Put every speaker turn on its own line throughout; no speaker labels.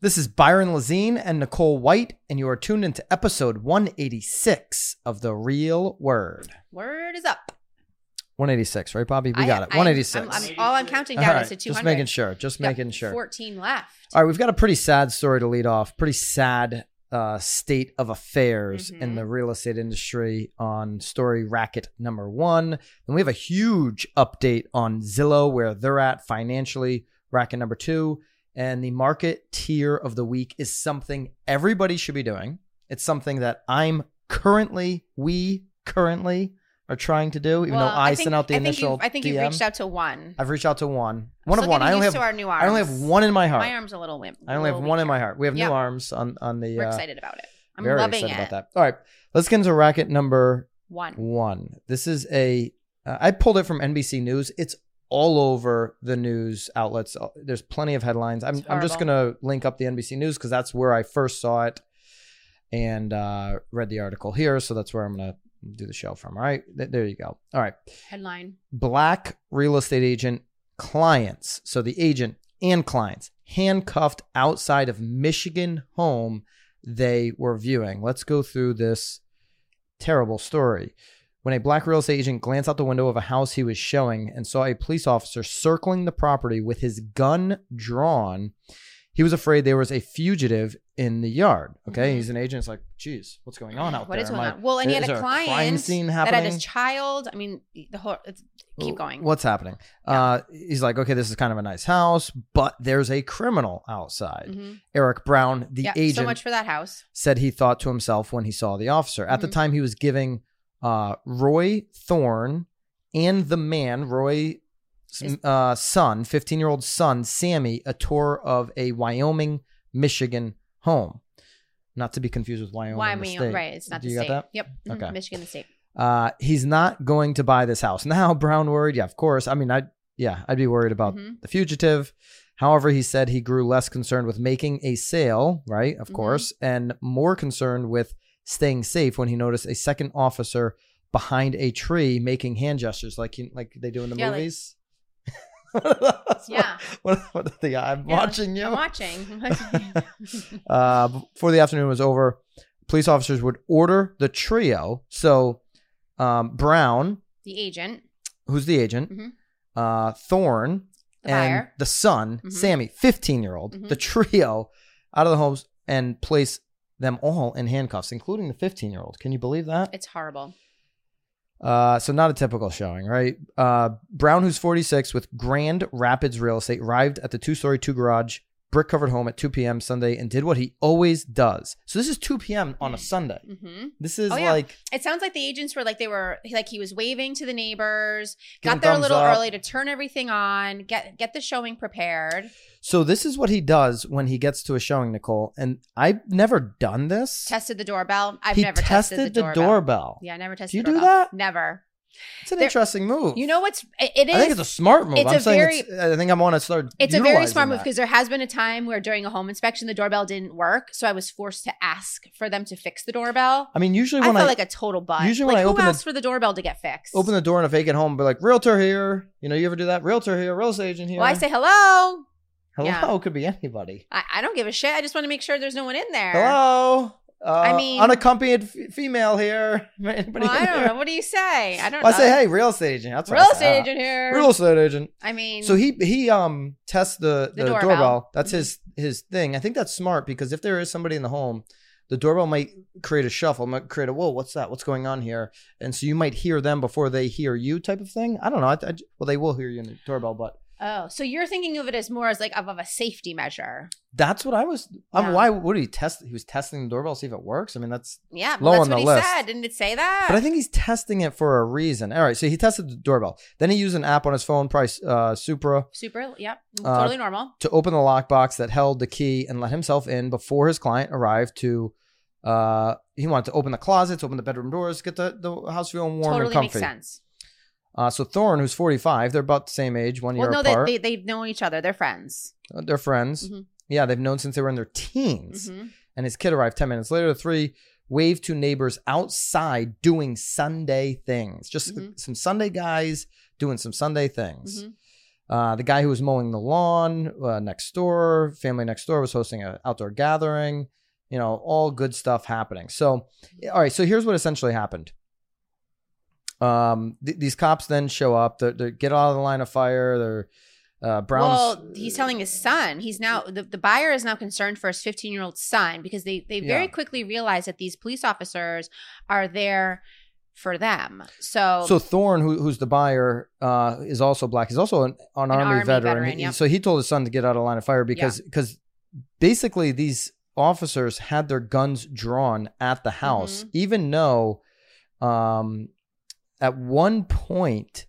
This is Byron Lazine and Nicole White, and you are tuned into episode 186 of The Real Word.
Word is up.
186, right, Bobby? We
I-
got it.
I-
186.
I'm- I'm- all I'm counting down is to 200.
Just making sure. Just
Yep,
making sure.
14 left.
All right, we've got a pretty sad story to lead off. Pretty sad uh, state of affairs in
Mhm.
the real estate industry on story racket number one. And we have a huge update on Zillow, where they're at financially, racket number two. And the market tier of the week is something everybody should be doing. It's something that I'm currently, we currently are trying to do, even
Well,
though I,
think-
sent out the
I think
initial.
you've, I think you
DM.
reached out to one.
I've reached out to one.
I'm
One
still
of one.
getting
I only
used
have.
to our new
I
arms.
only have one in my heart.
My arm's a little limp.
I only have
little
one in
weaker.
my heart. We have
Yeah.
new arms on on the.
We're
uh,
excited about it. I'm
very
loving
excited
it.
about that. All right, let's get into racket number
One.
one. This is a. Uh, I pulled it from NBC News. It's all over the news outlets. Uh, There's plenty of headlines. I'm
It's
I'm just gonna link up the NBC News because that's where I first saw it, and uh, read the article here. So that's where I'm gonna do the show from. All right, Th- there you go. All right
Headline.
black real estate agent clients, so the agent and clients, handcuffed outside of Michigan home they were viewing. Let's go through this terrible story. When a black real estate agent glanced out the window of a house he was showing and saw a police officer circling the property with his gun drawn, he was afraid there was a fugitive in the yard. Okay,
Mhm.
he's an agent. It's like, geez, what's going on out
What
there?
is
Am
going
I-
on? Well, and he
is
had a
there crime
client
scene
that had his
happening?
child. I mean, the whole. It's, keep going.
What's happening? Uh, he's like, okay, this is kind of a nice house, but there's a criminal outside.
Mhm.
Eric Brown, the
yeah,
agent,
so much for that house.
said he thought to himself when he saw the officer. At the
Mhm.
time, he was giving uh, Roy Thorne and the man, Roy's
Is-
uh, son, 15 year old son, Sammy, a tour of a Wyoming, Michigan home. Not to be confused with Wyoming. the
Wyoming,
state.
right? It's not
Do
the
you got
state.
that?
Yep. Mhm.
Okay.
Michigan, the state.
Uh, he's not going to buy this house now. Brown worried. Yeah, of course. I mean, I yeah, I'd be worried about
Mhm.
the fugitive. However, he said he grew less concerned with making a sale, right? Of
Mhm.
course, and more concerned with staying safe when he noticed a second officer behind a tree making hand gestures, like you, like they do in the
Yeah, like-
movies. That's
Yeah.
What, what, what the, I'm
Yeah,
watching you.
I'm watching.
Uh, before the afternoon was over, police officers would order the trio. So um, Brown,
the agent,
who's the agent,
Mhm.
uh, Thorne,
the
and
buyer.
the son,
Mhm.
Sammy, 15 year old,
Mhm.
the trio out of the homes and place them all in handcuffs, including the 15 year old. Can you believe that?
It's horrible.
Uh, so not a typical showing, right? Uh, Brown, who's 46, with Grand Rapids Real Estate, arrived at the two-story, two-garage, brick-covered home at 2 p.m. Sunday and did what he always does. So this is 2 p.m. on a Sunday.
hmm
This is
Oh, yeah.
like
It sounds like the agents were like they were like he was waving to the neighbors,
Give them
got there a
thumbs
little
up.
early to turn everything on, get get the showing prepared,
so. This is what he does when he gets to a showing, Nicole. And I've never done this.
tested the doorbell. I've
he
never
tested,
tested,
the
doorbell.
doorbell.
Yeah, I never tested.
you
the
do
doorbell.
that?
Never.
It's an
There-
interesting move.
You know what's it, it is.
I think it's a smart move.
it's
I'm
a
saying
very-
it's, I think I'm on to start.
It's a very
utilizing
smart move
that.
because there has been a time where during a home inspection the doorbell didn't work, so I was forced to ask for them to fix the doorbell.
I mean, usually
I
when
felt
I,
like a total butt.
usually
like,
when I
who
open the-
asked for the doorbell to get fixed?
open the door in a vacant home, and be like, "Realtor here." You know, you ever do that? Realtor here, real estate agent here.
Well, I say hello.
hello
yeah.
could be anybody.
I, I don't give a shit. I just want to make sure there's no one in there.
Hello. Uh,
I mean-
unaccompanied f- female here. Anybody
Well, I
in
don't
here?
know. What do you say? I don't
Well, I
know.
say, hey, real estate agent. That's what I
real
say.
estate
Ah,
agent here.
Real estate agent.
I mean,
So he he um tests the, the,
The
doorbell. Mm-hmm.
doorbell.
That's his his thing. I think that's smart because if there is somebody in the home, the doorbell might create a shuffle, might create a whoa, what's that? What's going on here? And so you might hear them before they hear you, type of thing. I don't know. I, I, well, they will hear you in the doorbell, but
oh, so you're thinking of it as more as like of, of a safety measure.
that's what I was. I'm,
Yeah.
Why would he test? He was testing the doorbell, see if it works. I mean, that's.
Yeah,
Low
well, that's
on
what
the
he
list.
said. Didn't it say that?
But I think he's testing it for a reason. All right, so he tested the doorbell. Then he used an app on his phone, Price uh, Supra.
Super. Yep.
Uh,
totally normal.
to open the lockbox that held the key and let himself in before his client arrived to uh he wanted to open the closets open the bedroom doors get the, the house feeling warm and
Totally makes
comfy
sense.
uh so thorne who's 45 they're about the same age one
Well,
year
no,
apart
they, they they know each other. They're friends.
Uh, they're friends
Mhm.
yeah they've known since they were in their teens
Mhm.
and his kid arrived 10 minutes later the three waved to neighbors outside doing sunday things just
Mhm.
some sunday guys doing some sunday things
Mhm.
Uh, the guy who was mowing the lawn uh, next door, family next door, was hosting an outdoor gathering. You know, all good stuff happening. So,
Mm-hmm.
all right. So here's what essentially happened. Um, th- these cops then show up. They they get out of the line of fire. They're uh, Brown's.
well, he's telling his son. He's now the, the buyer is now concerned for his 15 year old son because they they very
Yeah.
quickly realize that these police officers are there for them. So,
So Thorne, who, who's the buyer, uh, is also black. He's also an, an, army,
Army
veteran.
veteran,
He-
yep.
So he told his son to get out of line of fire because because basically these officers had their guns drawn at
Mm-hmm.
the house, even though um, at one point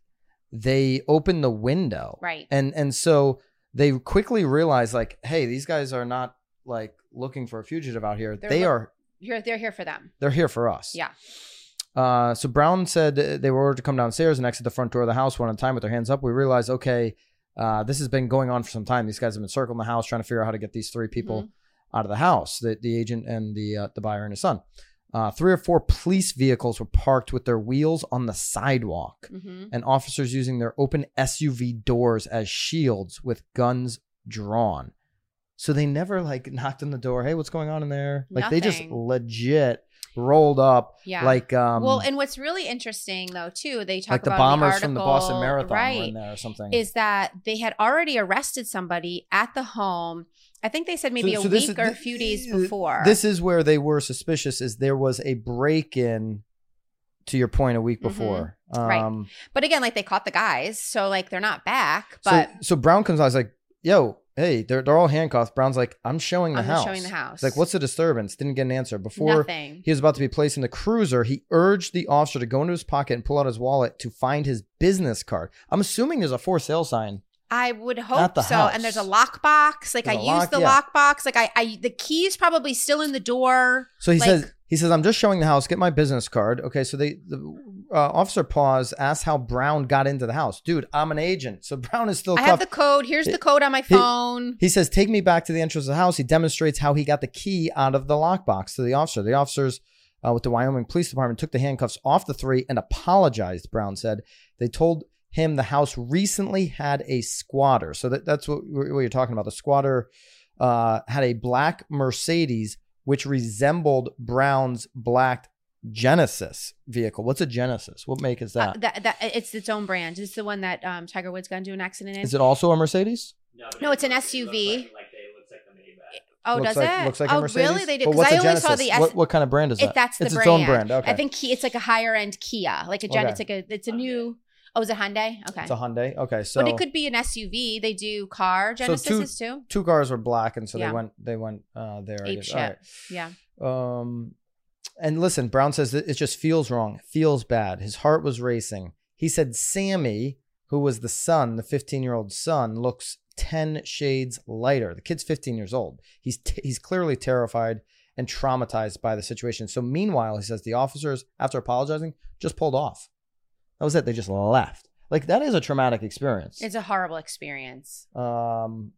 they opened the window,
right.
and and so they quickly realized like, hey, these guys are not like looking for a fugitive out here.
They're
they
look-
are
You're they're here for them.
they're here for us.
Yeah.
Uh, so Brown said they were ordered to come downstairs and exit the front door of the house one at a time with their hands up. We realized, okay, uh, this has been going on for some time. These guys have been circling the house trying to figure out how to get these three people out of the house. The, the agent and the uh, the buyer and his son. Uh, three or four police vehicles were parked with their wheels on the sidewalk,
hmm Nothing.
legit rolled up
Yeah.
like um
well, and what's really interesting though too, they talk
like the
about in
bombers
article,
from the Boston Marathon were
right?
in there or something.
Is that they had already arrested somebody at the home? I think they said maybe
So-
a
so this
week
is-
or a few days
th-
before.
this is where they were suspicious is there was a break in to your point a week
Mhm.
before.
Right.
Um
but again, like they caught the guys, so like they're not back. But
so, so Brown comes out he's like, yo, hey, they're they're all handcuffed. Brown's like, I'm showing the
I'm
house.
just showing the house.
It's like, what's the disturbance? Didn't get an answer. Before
nothing?
he was about to be placed in the cruiser, he urged the officer to go into his pocket and pull out his wallet to find his business card. I'm assuming there's a for sale sign.
I would
At
hope
the
so. And there's a
house.
lockbox. Like
There's
I
a
used
lock-
the
yeah.
lockbox. Like I, I, the key's probably still in the door.
So he
Like-
says, he says, I'm just showing the house. Get my business card. Okay. So they, the uh, officer paused, asked how Brown got into the house. Dude, I'm an agent. So Brown is still
I have
cuffed.
the code. Here's
He-
the code on my phone.
he says, take me back to the entrance of the house. He demonstrates how he got the key out of the lockbox to the officer. The officers uh, with the Wyoming Police Department took the handcuffs off the three and apologized, Brown said. They told him the house recently had a squatter. So that, that's what, what you're talking about. The squatter uh, had a black Mercedes, which resembled Brown's black Genesis vehicle. What's a Genesis? What make is
Uh,
that? Is
that, that it's its own brand. It's the one that um, Tiger Woods got into an accident in.
it also a Mercedes?
but
No,
it
it's an
looks- it looks
SUV.
Like, like they it looks like the Maybach.
oh,
looks
does
like,
it?
Looks like
oh,
a Mercedes.
really? They did
But
because
what's
I
a
only
Genesis?
saw the S.
what, what kind of brand is
it-
that?
that's the
it's
brand.
its own brand. Okay.
I think he, it's like a higher end Kia, like a gen.
Okay.
It's like a it's a
Hyundai.
new. Oh, is it Hyundai? Okay,
It's a Hyundai. Okay, so
but it could be an SUV. They do car
So
Genesis
two-
too.
two cars were black, and so they
Yeah.
went they went uh, there. I
Ape
guess.
shit.
All right.
Yeah.
Um, and listen, Brown says that it just feels wrong, feels bad. His heart was racing. He said Sammy, who was the son, the 15 year old son, looks 10 shades lighter. The kid's 15 years old. He's t- he's clearly terrified and traumatized by the situation. So meanwhile, he says the officers, after apologizing, just pulled off. That was it. They just left. Like that is a traumatic experience.
It's a horrible experience.
Um,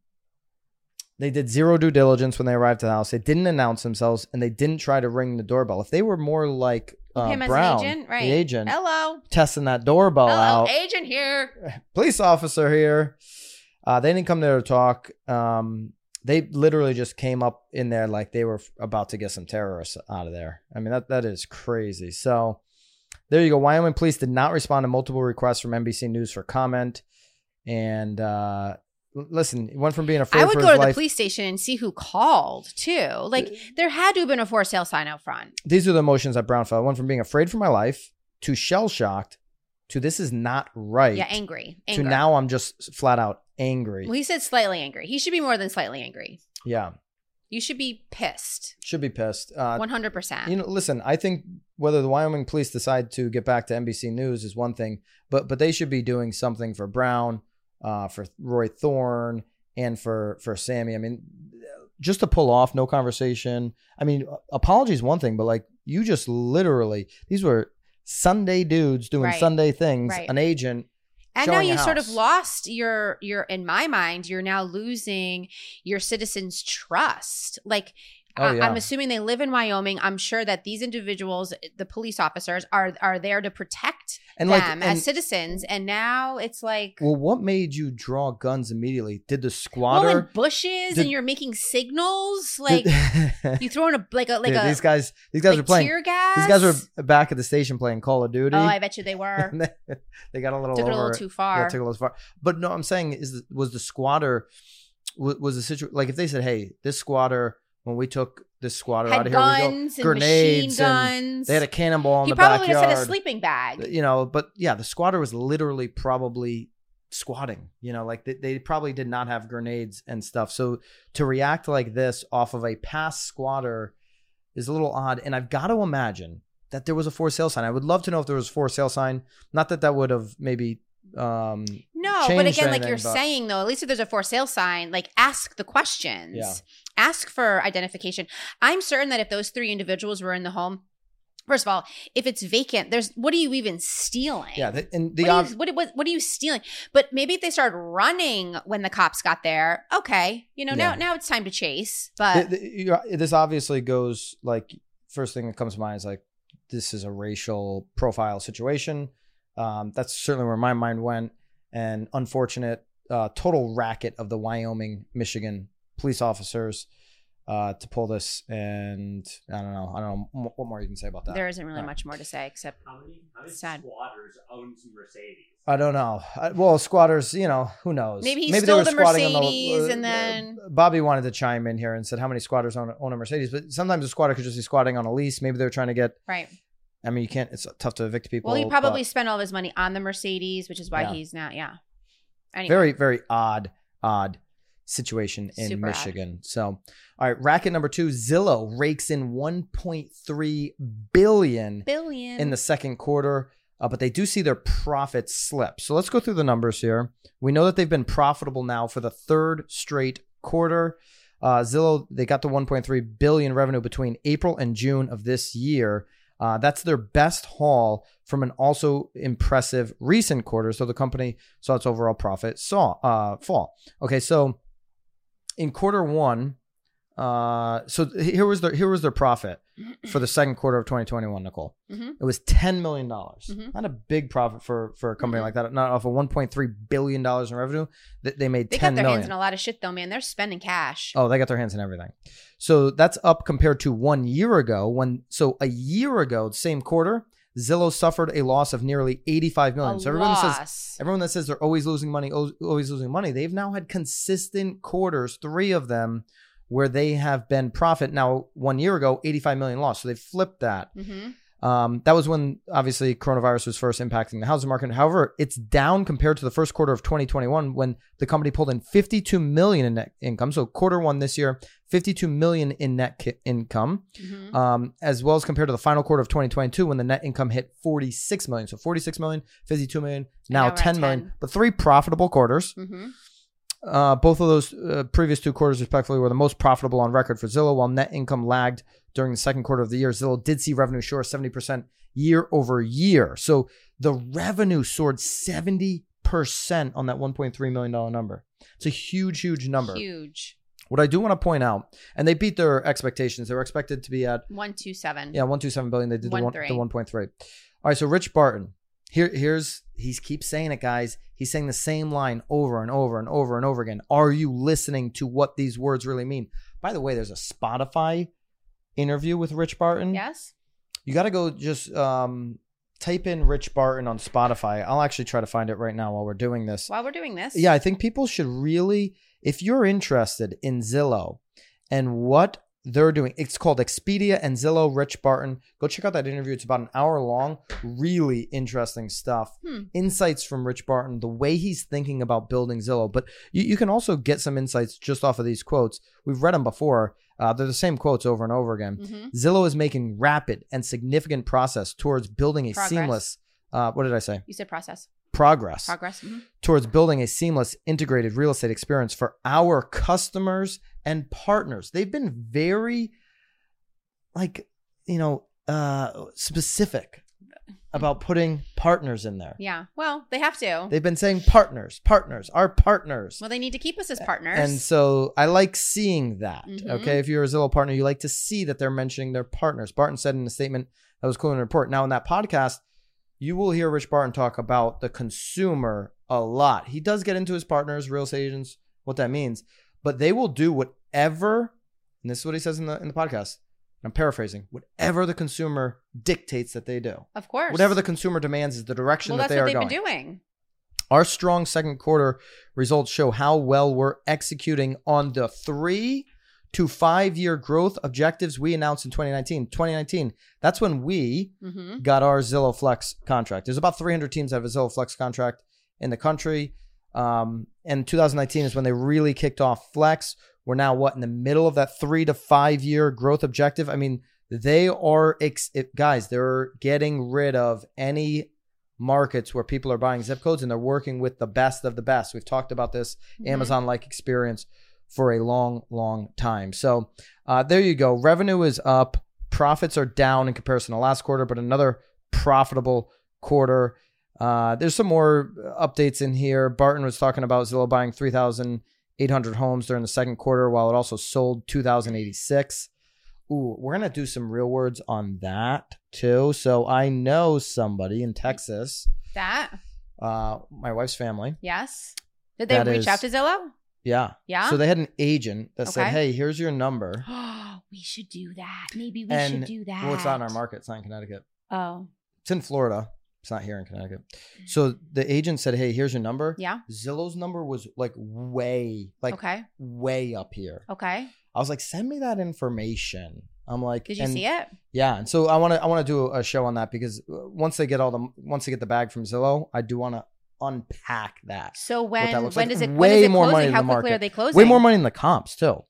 they did zero due diligence when they arrived at the house. They didn't announce themselves and they didn't try to ring the doorbell. If they were more like uh,
Him as an
Brown,
agent, right.
the agent,
Hello.
testing that doorbell
Hello,
out,
agent here.
police officer here. Uh, they didn't come there to talk. Um, they literally just came up in there like they were f- about to get some terrorists out of there. I mean, that that is crazy. So there you go. Wyoming police did not respond to multiple requests from NBC News for comment. And uh, l- listen, it went from being afraid
I would
for
go
his
to the
life.
police station and see who called too. Like there had to have been a for sale sign out front.
These are the emotions that Brown felt. I went from being afraid for my life to shell shocked to this is not right.
Yeah, angry.
to
Anger.
now I'm just flat out angry.
well, he said slightly angry. He should be more than slightly angry.
yeah,
You should be pissed.
should be pissed. Uh,
One hundred percent.
you know listen i think whether the wyoming police decide to get back to nbc news is one thing but but they should be doing something for brown uh, for roy thorne and for for sammy i mean just to pull off no conversation i mean apologies one thing but like you just literally these were sunday dudes doing
Right.
sunday things
Right.
an agent
And now
showing a
you sort of
house.
lost your your in my mind, you're now losing your citizens' trust. Like
Oh,
I-
yeah.
I'm assuming they live in Wyoming. I'm sure that these individuals, the police officers, are are there to protect
and
them
like, and-
as citizens. And now it's like
well, what made you draw guns immediately? Did the
well,
squatter?
in bushes,
did-
and you're making signals like
did-
you throw in a like a like
Dude,
a
these guys, these guys
like
were playing.
tear gas.
These guys were back at the station playing Call of Duty.
Oh, I bet you they were.
and they- they got a little
Took it a
over
little
it.
too far.
Yeah, took a little far. But no, I'm saying is the- was the squatter wa- was the situation like if they said, hey, this squatter when we took this squatter out
Had
of here, we
guns
go,
and
grenades
machine
and
guns.
they had a cannonball in
he
the
probably would have said a
backyard,
sleeping bag.
You know, but yeah, the squatter was literally probably squatting. You know, like they, they probably did not have grenades and stuff. So to react like this off of a past squatter is a little odd. And I've got to imagine that there was a for sale sign. I would love to know if there was a for sale sign. Not that that would have maybe. Um,
No, but
changed
again, like
anything,
you're
but-
saying though, at least if there's a for sale sign, like ask the questions.
Yeah.
Ask for identification. I'm certain that if those three individuals were in the home, first of all, if it's vacant, there's what are you even stealing?
yeah, the, and the
what, are
ob-
you, what, what, what are you stealing? But maybe if they started running when the cops got there, okay, you know,
Yeah.
now now it's time to chase.
Th-
But
th- you're- this obviously goes like first thing that comes to mind is like this is a racial profile situation. Um, that's certainly where my mind went. And unfortunate, uh, total racket of the Wyoming, Michigan police officers uh, to pull this. And I don't know. I don't know m- what more you can say about that.
there isn't really
Alright.
much more to say except
How many, how many
Sad.
squatters own two Mercedes?
I don't know. I, well, squatters, you know, who knows?
Maybe he
they
stole
were
the
squatting on uh,
Mercedes and then-
Bobby wanted to chime in here and said, "How many squatters own, own a Mercedes?" But sometimes a squatter could just be squatting on a lease. Maybe they're trying to get.
right.
I mean, you can't. It's tough to evict people.
Well, he probably
but
spent all of his money on the Mercedes, which is why
Yeah.
he's not. Yeah. Anyway,
very, very odd, odd situation in
Super odd.
Michigan. So, all right, racket number two: Zillow rakes in 1.3 billion
billion
in the second quarter, uh, but they do see their profits slip. So let's go through the numbers here. We know that they've been profitable now for the third straight quarter. Uh, Zillow they got the 1.3 billion revenue between April and June of this year. Uh, that's their best haul from an also impressive recent quarter. So the company saw its overall profit saw uh, fall. Okay, so in quarter one, uh, so here was their here was their profit for the second quarter of 2021. Nicole,
Mhm.
it was 10 million dollars.
Mhm.
Not a big profit for for a company
Mhm.
like that. Not off of 1.3 billion dollars in revenue. That they made
They
10
got their
million.
hands in a lot of shit though, man. They're spending cash.
Oh, they got their hands in everything. So that's up compared to one year ago. When so a year ago, same quarter, Zillow suffered a loss of nearly 85 million.
A
so everyone that says
loss.
everyone that says they're always losing money, al- always losing money, they've now had consistent quarters, three of them, where they have been profit. Now one year ago, 85 million loss. So they flipped that.
Mhm.
Um, that was when obviously coronavirus was first impacting the housing market. However, it's down compared to the first quarter of 2021 when the company pulled in 52 million in net income. So quarter one this year, 52 million in net ki- income,
Mhm.
um, as well as compared to the final quarter of 2022 when the net income hit 46 million. So 46 million, 52 million, now,
now we're at
10 million,
10.
but three profitable quarters.
Mhm.
Uh, both of those uh, previous two quarters, respectively, were the most profitable on record for Zillow. While net income lagged during the second quarter of the year, Zillow did see revenue soar 70% year over year. So the revenue soared 70% on that $1.3 million number. It's a huge, huge number.
Huge.
What I do want to point out, and they beat their expectations, they were expected to be at
One two seven.
yeah, one two seven billion. They did
One
the one
three.
the one point three. All right, so Rich Barton. Here, here's he's keeps saying it, guys. He's saying the same line over and over and over and over again. Are you listening to what these words really mean? By the way, there's a Spotify interview with Rich Barton.
Yes.
You got to go just um, type in Rich Barton on Spotify. I'll actually try to find it right now while we're doing this.
While we're doing this.
Yeah, I think people should really, if you're interested in Zillow and what they're doing, it's called Expedia and Zillow Rich Barton. Go check out that interview. It's about an hour long. Really interesting stuff.
Hmm.
Insights from Rich Barton, the way he's thinking about building Zillow. But you, you can also get some insights just off of these quotes. We've read them before, uh, they're the same quotes over and over again.
Mhm.
Zillow is making rapid and significant process towards building a
Progress.
seamless, uh, what did I say?
You said process.
Progress
Progress. Mhm.
towards building a seamless integrated real estate experience for our customers and partners. They've been very like, you know, uh specific about putting partners in there.
Yeah. Well, they have to.
They've been saying partners, partners, our partners.
well, they need to keep us as partners.
And so I like seeing that.
Mhm.
Okay. If you're a Zillow partner, you like to see that they're mentioning their partners. Barton said in a statement that was cool in the report. Now, in that podcast, you will hear Rich Barton talk about the consumer a lot. He does get into his partners, real estate agents, what that means, but they will do whatever, and this is what he says in the in the podcast. and I'm paraphrasing, whatever the consumer dictates that they do.
of course.
Whatever the consumer demands is the direction
well,
that
that's
they
what
are
they've
going.
been doing.
Our strong second quarter results show how well we're executing on the three to five year growth objectives we announced in 2019. 2019, that's when we
Mm-hmm.
got our Zillow Flex contract. There's about 300 teams that have a Zillow Flex contract in the country. Um, and 2019 is when they really kicked off Flex. We're now what in the middle of that three to five year growth objective. I mean, they are ex- it, guys. They're getting rid of any markets where people are buying zip codes, and they're working with the best of the best. We've talked about this
Mm-hmm.
Amazon like experience for a long, long time. So uh, there you go. Revenue is up, profits are down in comparison to last quarter, but another profitable quarter. Uh, there's some more updates in here. Barton was talking about Zillow buying 3,800 homes during the second quarter, while it also sold 2,086. Ooh, we're gonna do some real words on that too. So I know somebody in Texas,
That.
uh, my wife's family.
Yes. Did they
That
reach
is-
out to Zillow?
Yeah,
Yeah.
So they had an agent that said,
Okay.
"Hey, here's your number."
Oh, we should do that. Maybe we
And-
should do that.
Well, it's not in our market. It's not in Connecticut.
Oh,
It's in Florida. It's not here in Connecticut. So the agent said, "Hey, here's your number."
Mm. yeah.
Zillow's number was like way, like
okay.
way up here.
Okay.
I was like, "Send me that information." I'm like,
Did you
and-
see it?
Yeah, and so I want to I want to do a show on that because uh, once they get all the once they get the bag from Zillow, I do want to unpack that.
So
that
when when
looks like.
does it when
Way
is it
more money
closing?
than
How
the
quickly
market.
are they closing?
Way more money in the comps too.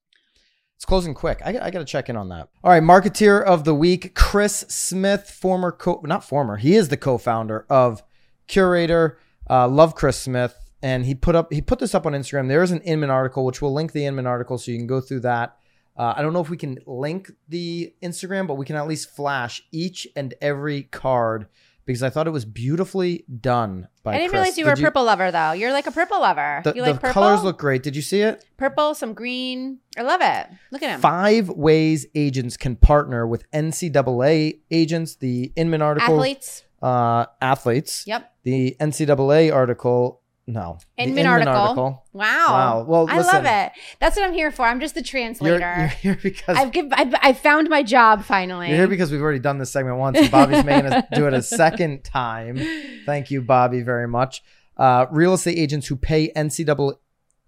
It's closing quick. I, got to check in on that. All right, marketeer of the week, Chris Smith, former co not former, he is the co-founder of Curator. Uh, love Chris Smith, and he put up he put this up on Instagram. There is an Inman article, which we'll link the Inman article so you can go through that. Uh, I don't know if we can link the Instagram, but we can at least flash each and every card because I thought it was beautifully done by.
I didn't
Chris.
realize you
Did
were a purple lover though. You're like a purple lover.
The,
you
the
like purple?
colors look great. Did you see it?
purple, some green. I love it. Look at him.
Five ways agents can partner with NCAA agents. The Inman article,
Athletes.
uh, athletes.
Yep.
The NCAA article. No, the
Inman article. Wow.
Wow. Well,
I
listen,
love it. That's what I'm here for. I'm just the
You're,
translator.
you're here because
I've, give, I've I found my job finally.
you're here because we've already done this segment once, and Bobby's making us do it a second time. Thank you, Bobby, very much. Uh, real estate agents who pay NCAA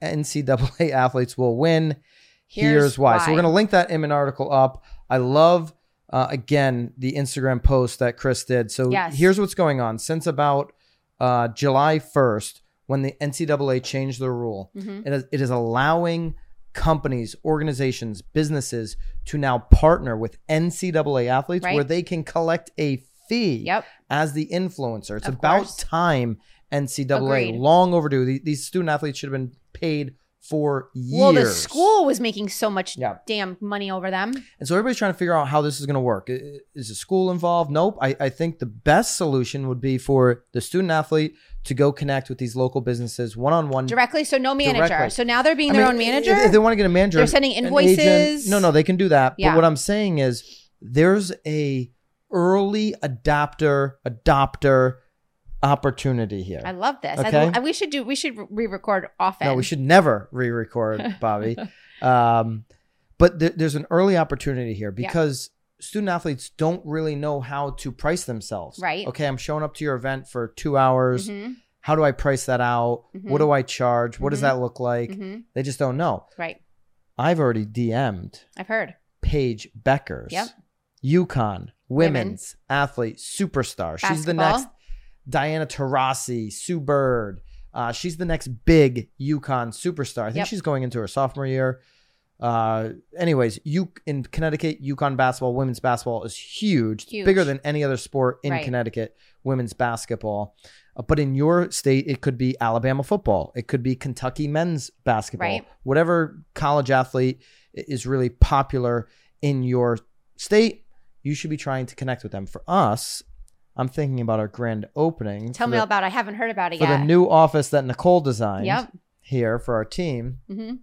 NCAA athletes will win. Here's, why. So we're going to link that Inman article up. I love uh, again the Instagram post that Chris did. So
Yes.
here's what's going on since about uh, July 1st when the NCAA changed their rule.
hmm
It is, it is allowing companies, organizations, businesses to now partner with NCAA athletes
Right.
where they can collect a fee
Yep.
as the influencer. It's
Of
about
course.
time NCAA
Agreed.
long overdue. These, these student athletes should have been paid for years.
Well, the school was making so much
Yeah.
damn money over them.
And so everybody's trying to figure out how this is going to work. I- I- Is the school involved? Nope. I, I think the best solution would be for the student athlete to go connect with these local businesses one on one.
Directly, so no manager.
Directly.
So now they're being their own manager.
If, if they want to get a manager,
They're sending
an agent-
invoices.
no, no, they can do that.
Yeah.
But what I'm saying is there's a early adapter, adopter opportunity here.
I love this. I
Okay.
lo- I, we should do. We should re-record often.
No, we should never re-record, Bobby. um, but th- there's an early opportunity here
Yeah.
because student athletes don't really know how to price themselves.
Right.
Okay, I'm showing up to your event for two hours.
Mhm,
How do I price that out? What
Mhm.
do I charge? What does
Mhm.
that look like?
mhm.
They just don't know.
Right.
I've already DM'd
I've heard.
Paige Beckers,
Yep.
UConn women's athlete superstar. She's the
Basketball.
next Diana Taurasi, Sue Bird. Uh, she's the next big UConn superstar. I think
Yep.
she's going into her sophomore year. Uh, anyways, you in Connecticut, UConn basketball, women's basketball is huge, It's
Huge.
bigger than any other sport in
Right.
Connecticut. Women's basketball, Uh, but in your state, it could be Alabama football, it could be Kentucky men's basketball,
Right.
whatever college athlete i- is really popular in your state. You should be trying to connect with them. For us, I'm thinking about our grand opening.
Tell
for
me
the-
about. it. I haven't heard about it
for
yet.
the new office that Nicole designed
Yep.
here for our team.
hmm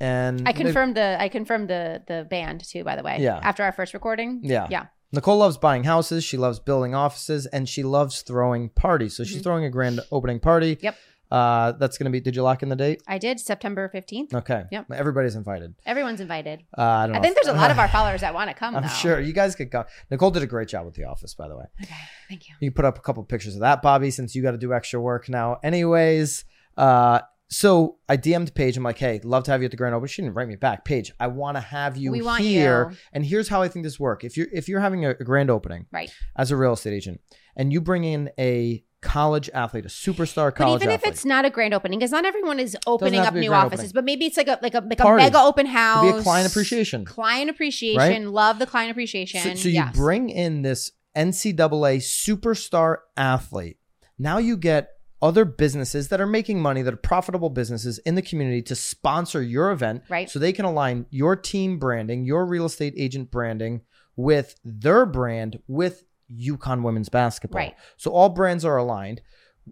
And
I
Nic-
confirmed the I confirmed the the band too. By the way,
Yeah.
After our first recording,
Yeah.
yeah.
Nicole loves buying houses. She loves building offices, and she loves throwing parties. So she's
Mhm.
throwing a grand opening party.
Yep.
Uh, that's going to be. Did you lock in the date?
I did September fifteenth.
Okay.
Yep.
Everybody's invited.
Everyone's invited.
Uh, I don't.
I
know
think
if-
there's a lot of our followers that want to come.
I'm
though.
sure you guys could go. Nicole did a great job with the office, by the way.
Okay, thank you.
You can put up a couple pictures of that, Bobby, since you got to do extra work now. Anyways, uh, so I DM'd Paige. I'm like, hey, love to have you at the grand open. She didn't write me back. Paige, I want to have you
we want
here.
you.
And here's how I think this work. If you're if you're having a, a grand opening,
Right.
as a real estate agent, and you bring in a college athlete, a superstar
But
college
even if
athlete,
it's not a grand opening, because not everyone is opening
have
up
to be a
new
grand
offices,
opening.
but maybe it's like a like a like
Party.
a mega open
it
house.
could be a client appreciation.
Client appreciation.
Right?
Love the client appreciation.
So, so you
yes.
bring in this NCAA superstar athlete. Now you get other businesses that are making money, that are profitable businesses in the community to sponsor your event,
Right.
So they can align your team branding, your real estate agent branding with their brand with Yukon women's basketball.
Right.
So all brands are aligned.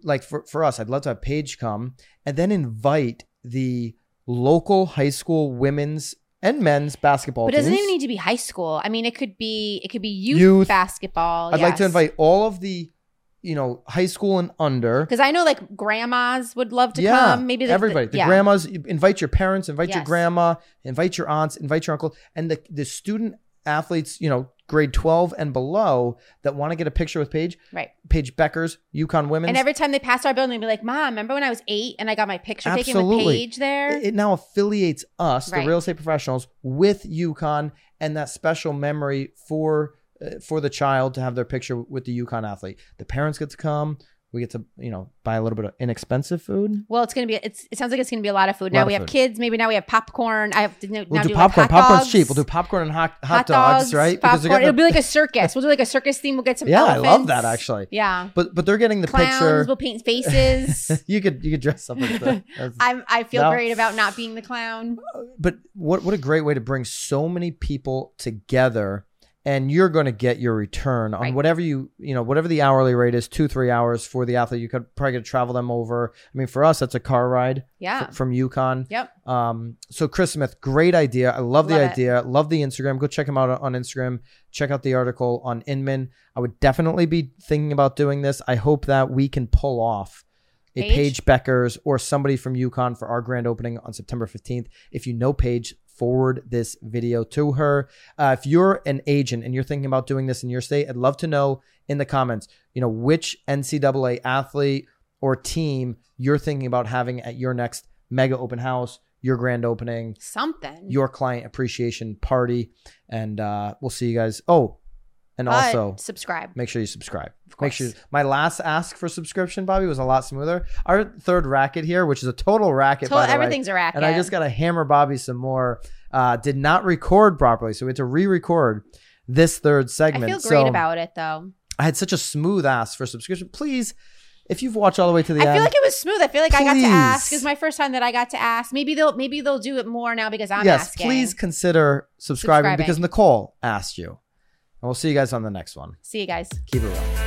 Like for, for us, I'd love to have Paige come and then invite the local high school women's and men's basketball
But it doesn't
teams.
even need to be high school. I mean, it could be it could be youth,
Youth.
basketball.
I'd like to invite all of the, you know, high school and under.
because I know like grandmas would love to come. Maybe the,
everybody, the,
yeah.
grandmas. you Invite your parents. Invite your
Yes.
grandma. Invite your aunts. Invite your uncle. And the the student athletes, you know, grade twelve and below that want to get a picture with Paige.
Right.
Paige Beckers, Yukon women.
And every time they pass our building, they'd be like, "Mom, remember when I was eight and I got my picture taken with
Absolutely.
Paige there?"
it it now affiliates us,
Right.
the real estate professionals, with UConn and that special memory for uh, for the child to have their picture with the UConn athlete. The parents get to come. We get to you know buy a little bit of inexpensive food.
well, it's gonna be. It's, it sounds like it's gonna be a lot of food. Now
Lot of
we have
food.
kids. Maybe now we have popcorn. I have to now
We'll
do,
do
like,
popcorn.
hot
Popcorn's
dogs,
cheap. We'll do popcorn and hot hot, dogs, right?
Popcorn.
they're getting
It'll be
the-
like a circus. We'll do like a circus theme. We'll get some.
yeah, I love
elephants.
that actually.
Yeah,
But but they're getting the
clowns.
picture.
We'll paint faces.
you could you could dress up as the, as-
I'm, I feel
No.
great about not being the clown.
but what what a great way to bring so many people together and you're going to get your return on
Right.
whatever you you know whatever the hourly rate is two three hours for the athlete you could probably get to travel them over i mean for us that's a car ride fr-
Yeah.
from yukon
Yep.
um so chris smith great idea i love the
Love it.
idea love the instagram go check him out on instagram check out the article on inman i would definitely be thinking about doing this i hope that we can pull off a Paige
Paige?
Beckers or somebody from UConn for our grand opening on September 15th. If you know Paige, forward this video to her. Uh, if you're an agent and you're thinking about doing this in your state, I'd love to know in the comments, you know, which NCAA athlete or team you're thinking about having at your next mega open house, your grand opening,
Something.
your client appreciation party. And uh, we'll see you guys. Oh, and
But
also
subscribe.
make sure you subscribe.
Of
Make
course.
sure my last ask for subscription, Bobby, was a lot smoother. Our third racket here, which is a total racket,
Total,
by the way,
everything's a racket.
and I just got to hammer Bobby some more. Uh, did not record properly, so we had to re-record this third
I
segment.
feel great
So
about it though.
I had such a smooth ask for subscription. Please, if you've watched all the way to the
I
end,
feel like it was smooth. I feel like I got to ask. It
Please.
was my first time that I got to ask. Maybe they'll maybe they'll do it more now because I'm
yes,
asking.
please consider subscribing,
Subscribing.
because Nicole asked you. And we'll see you guys on the next one.
See you guys.
Keep it real.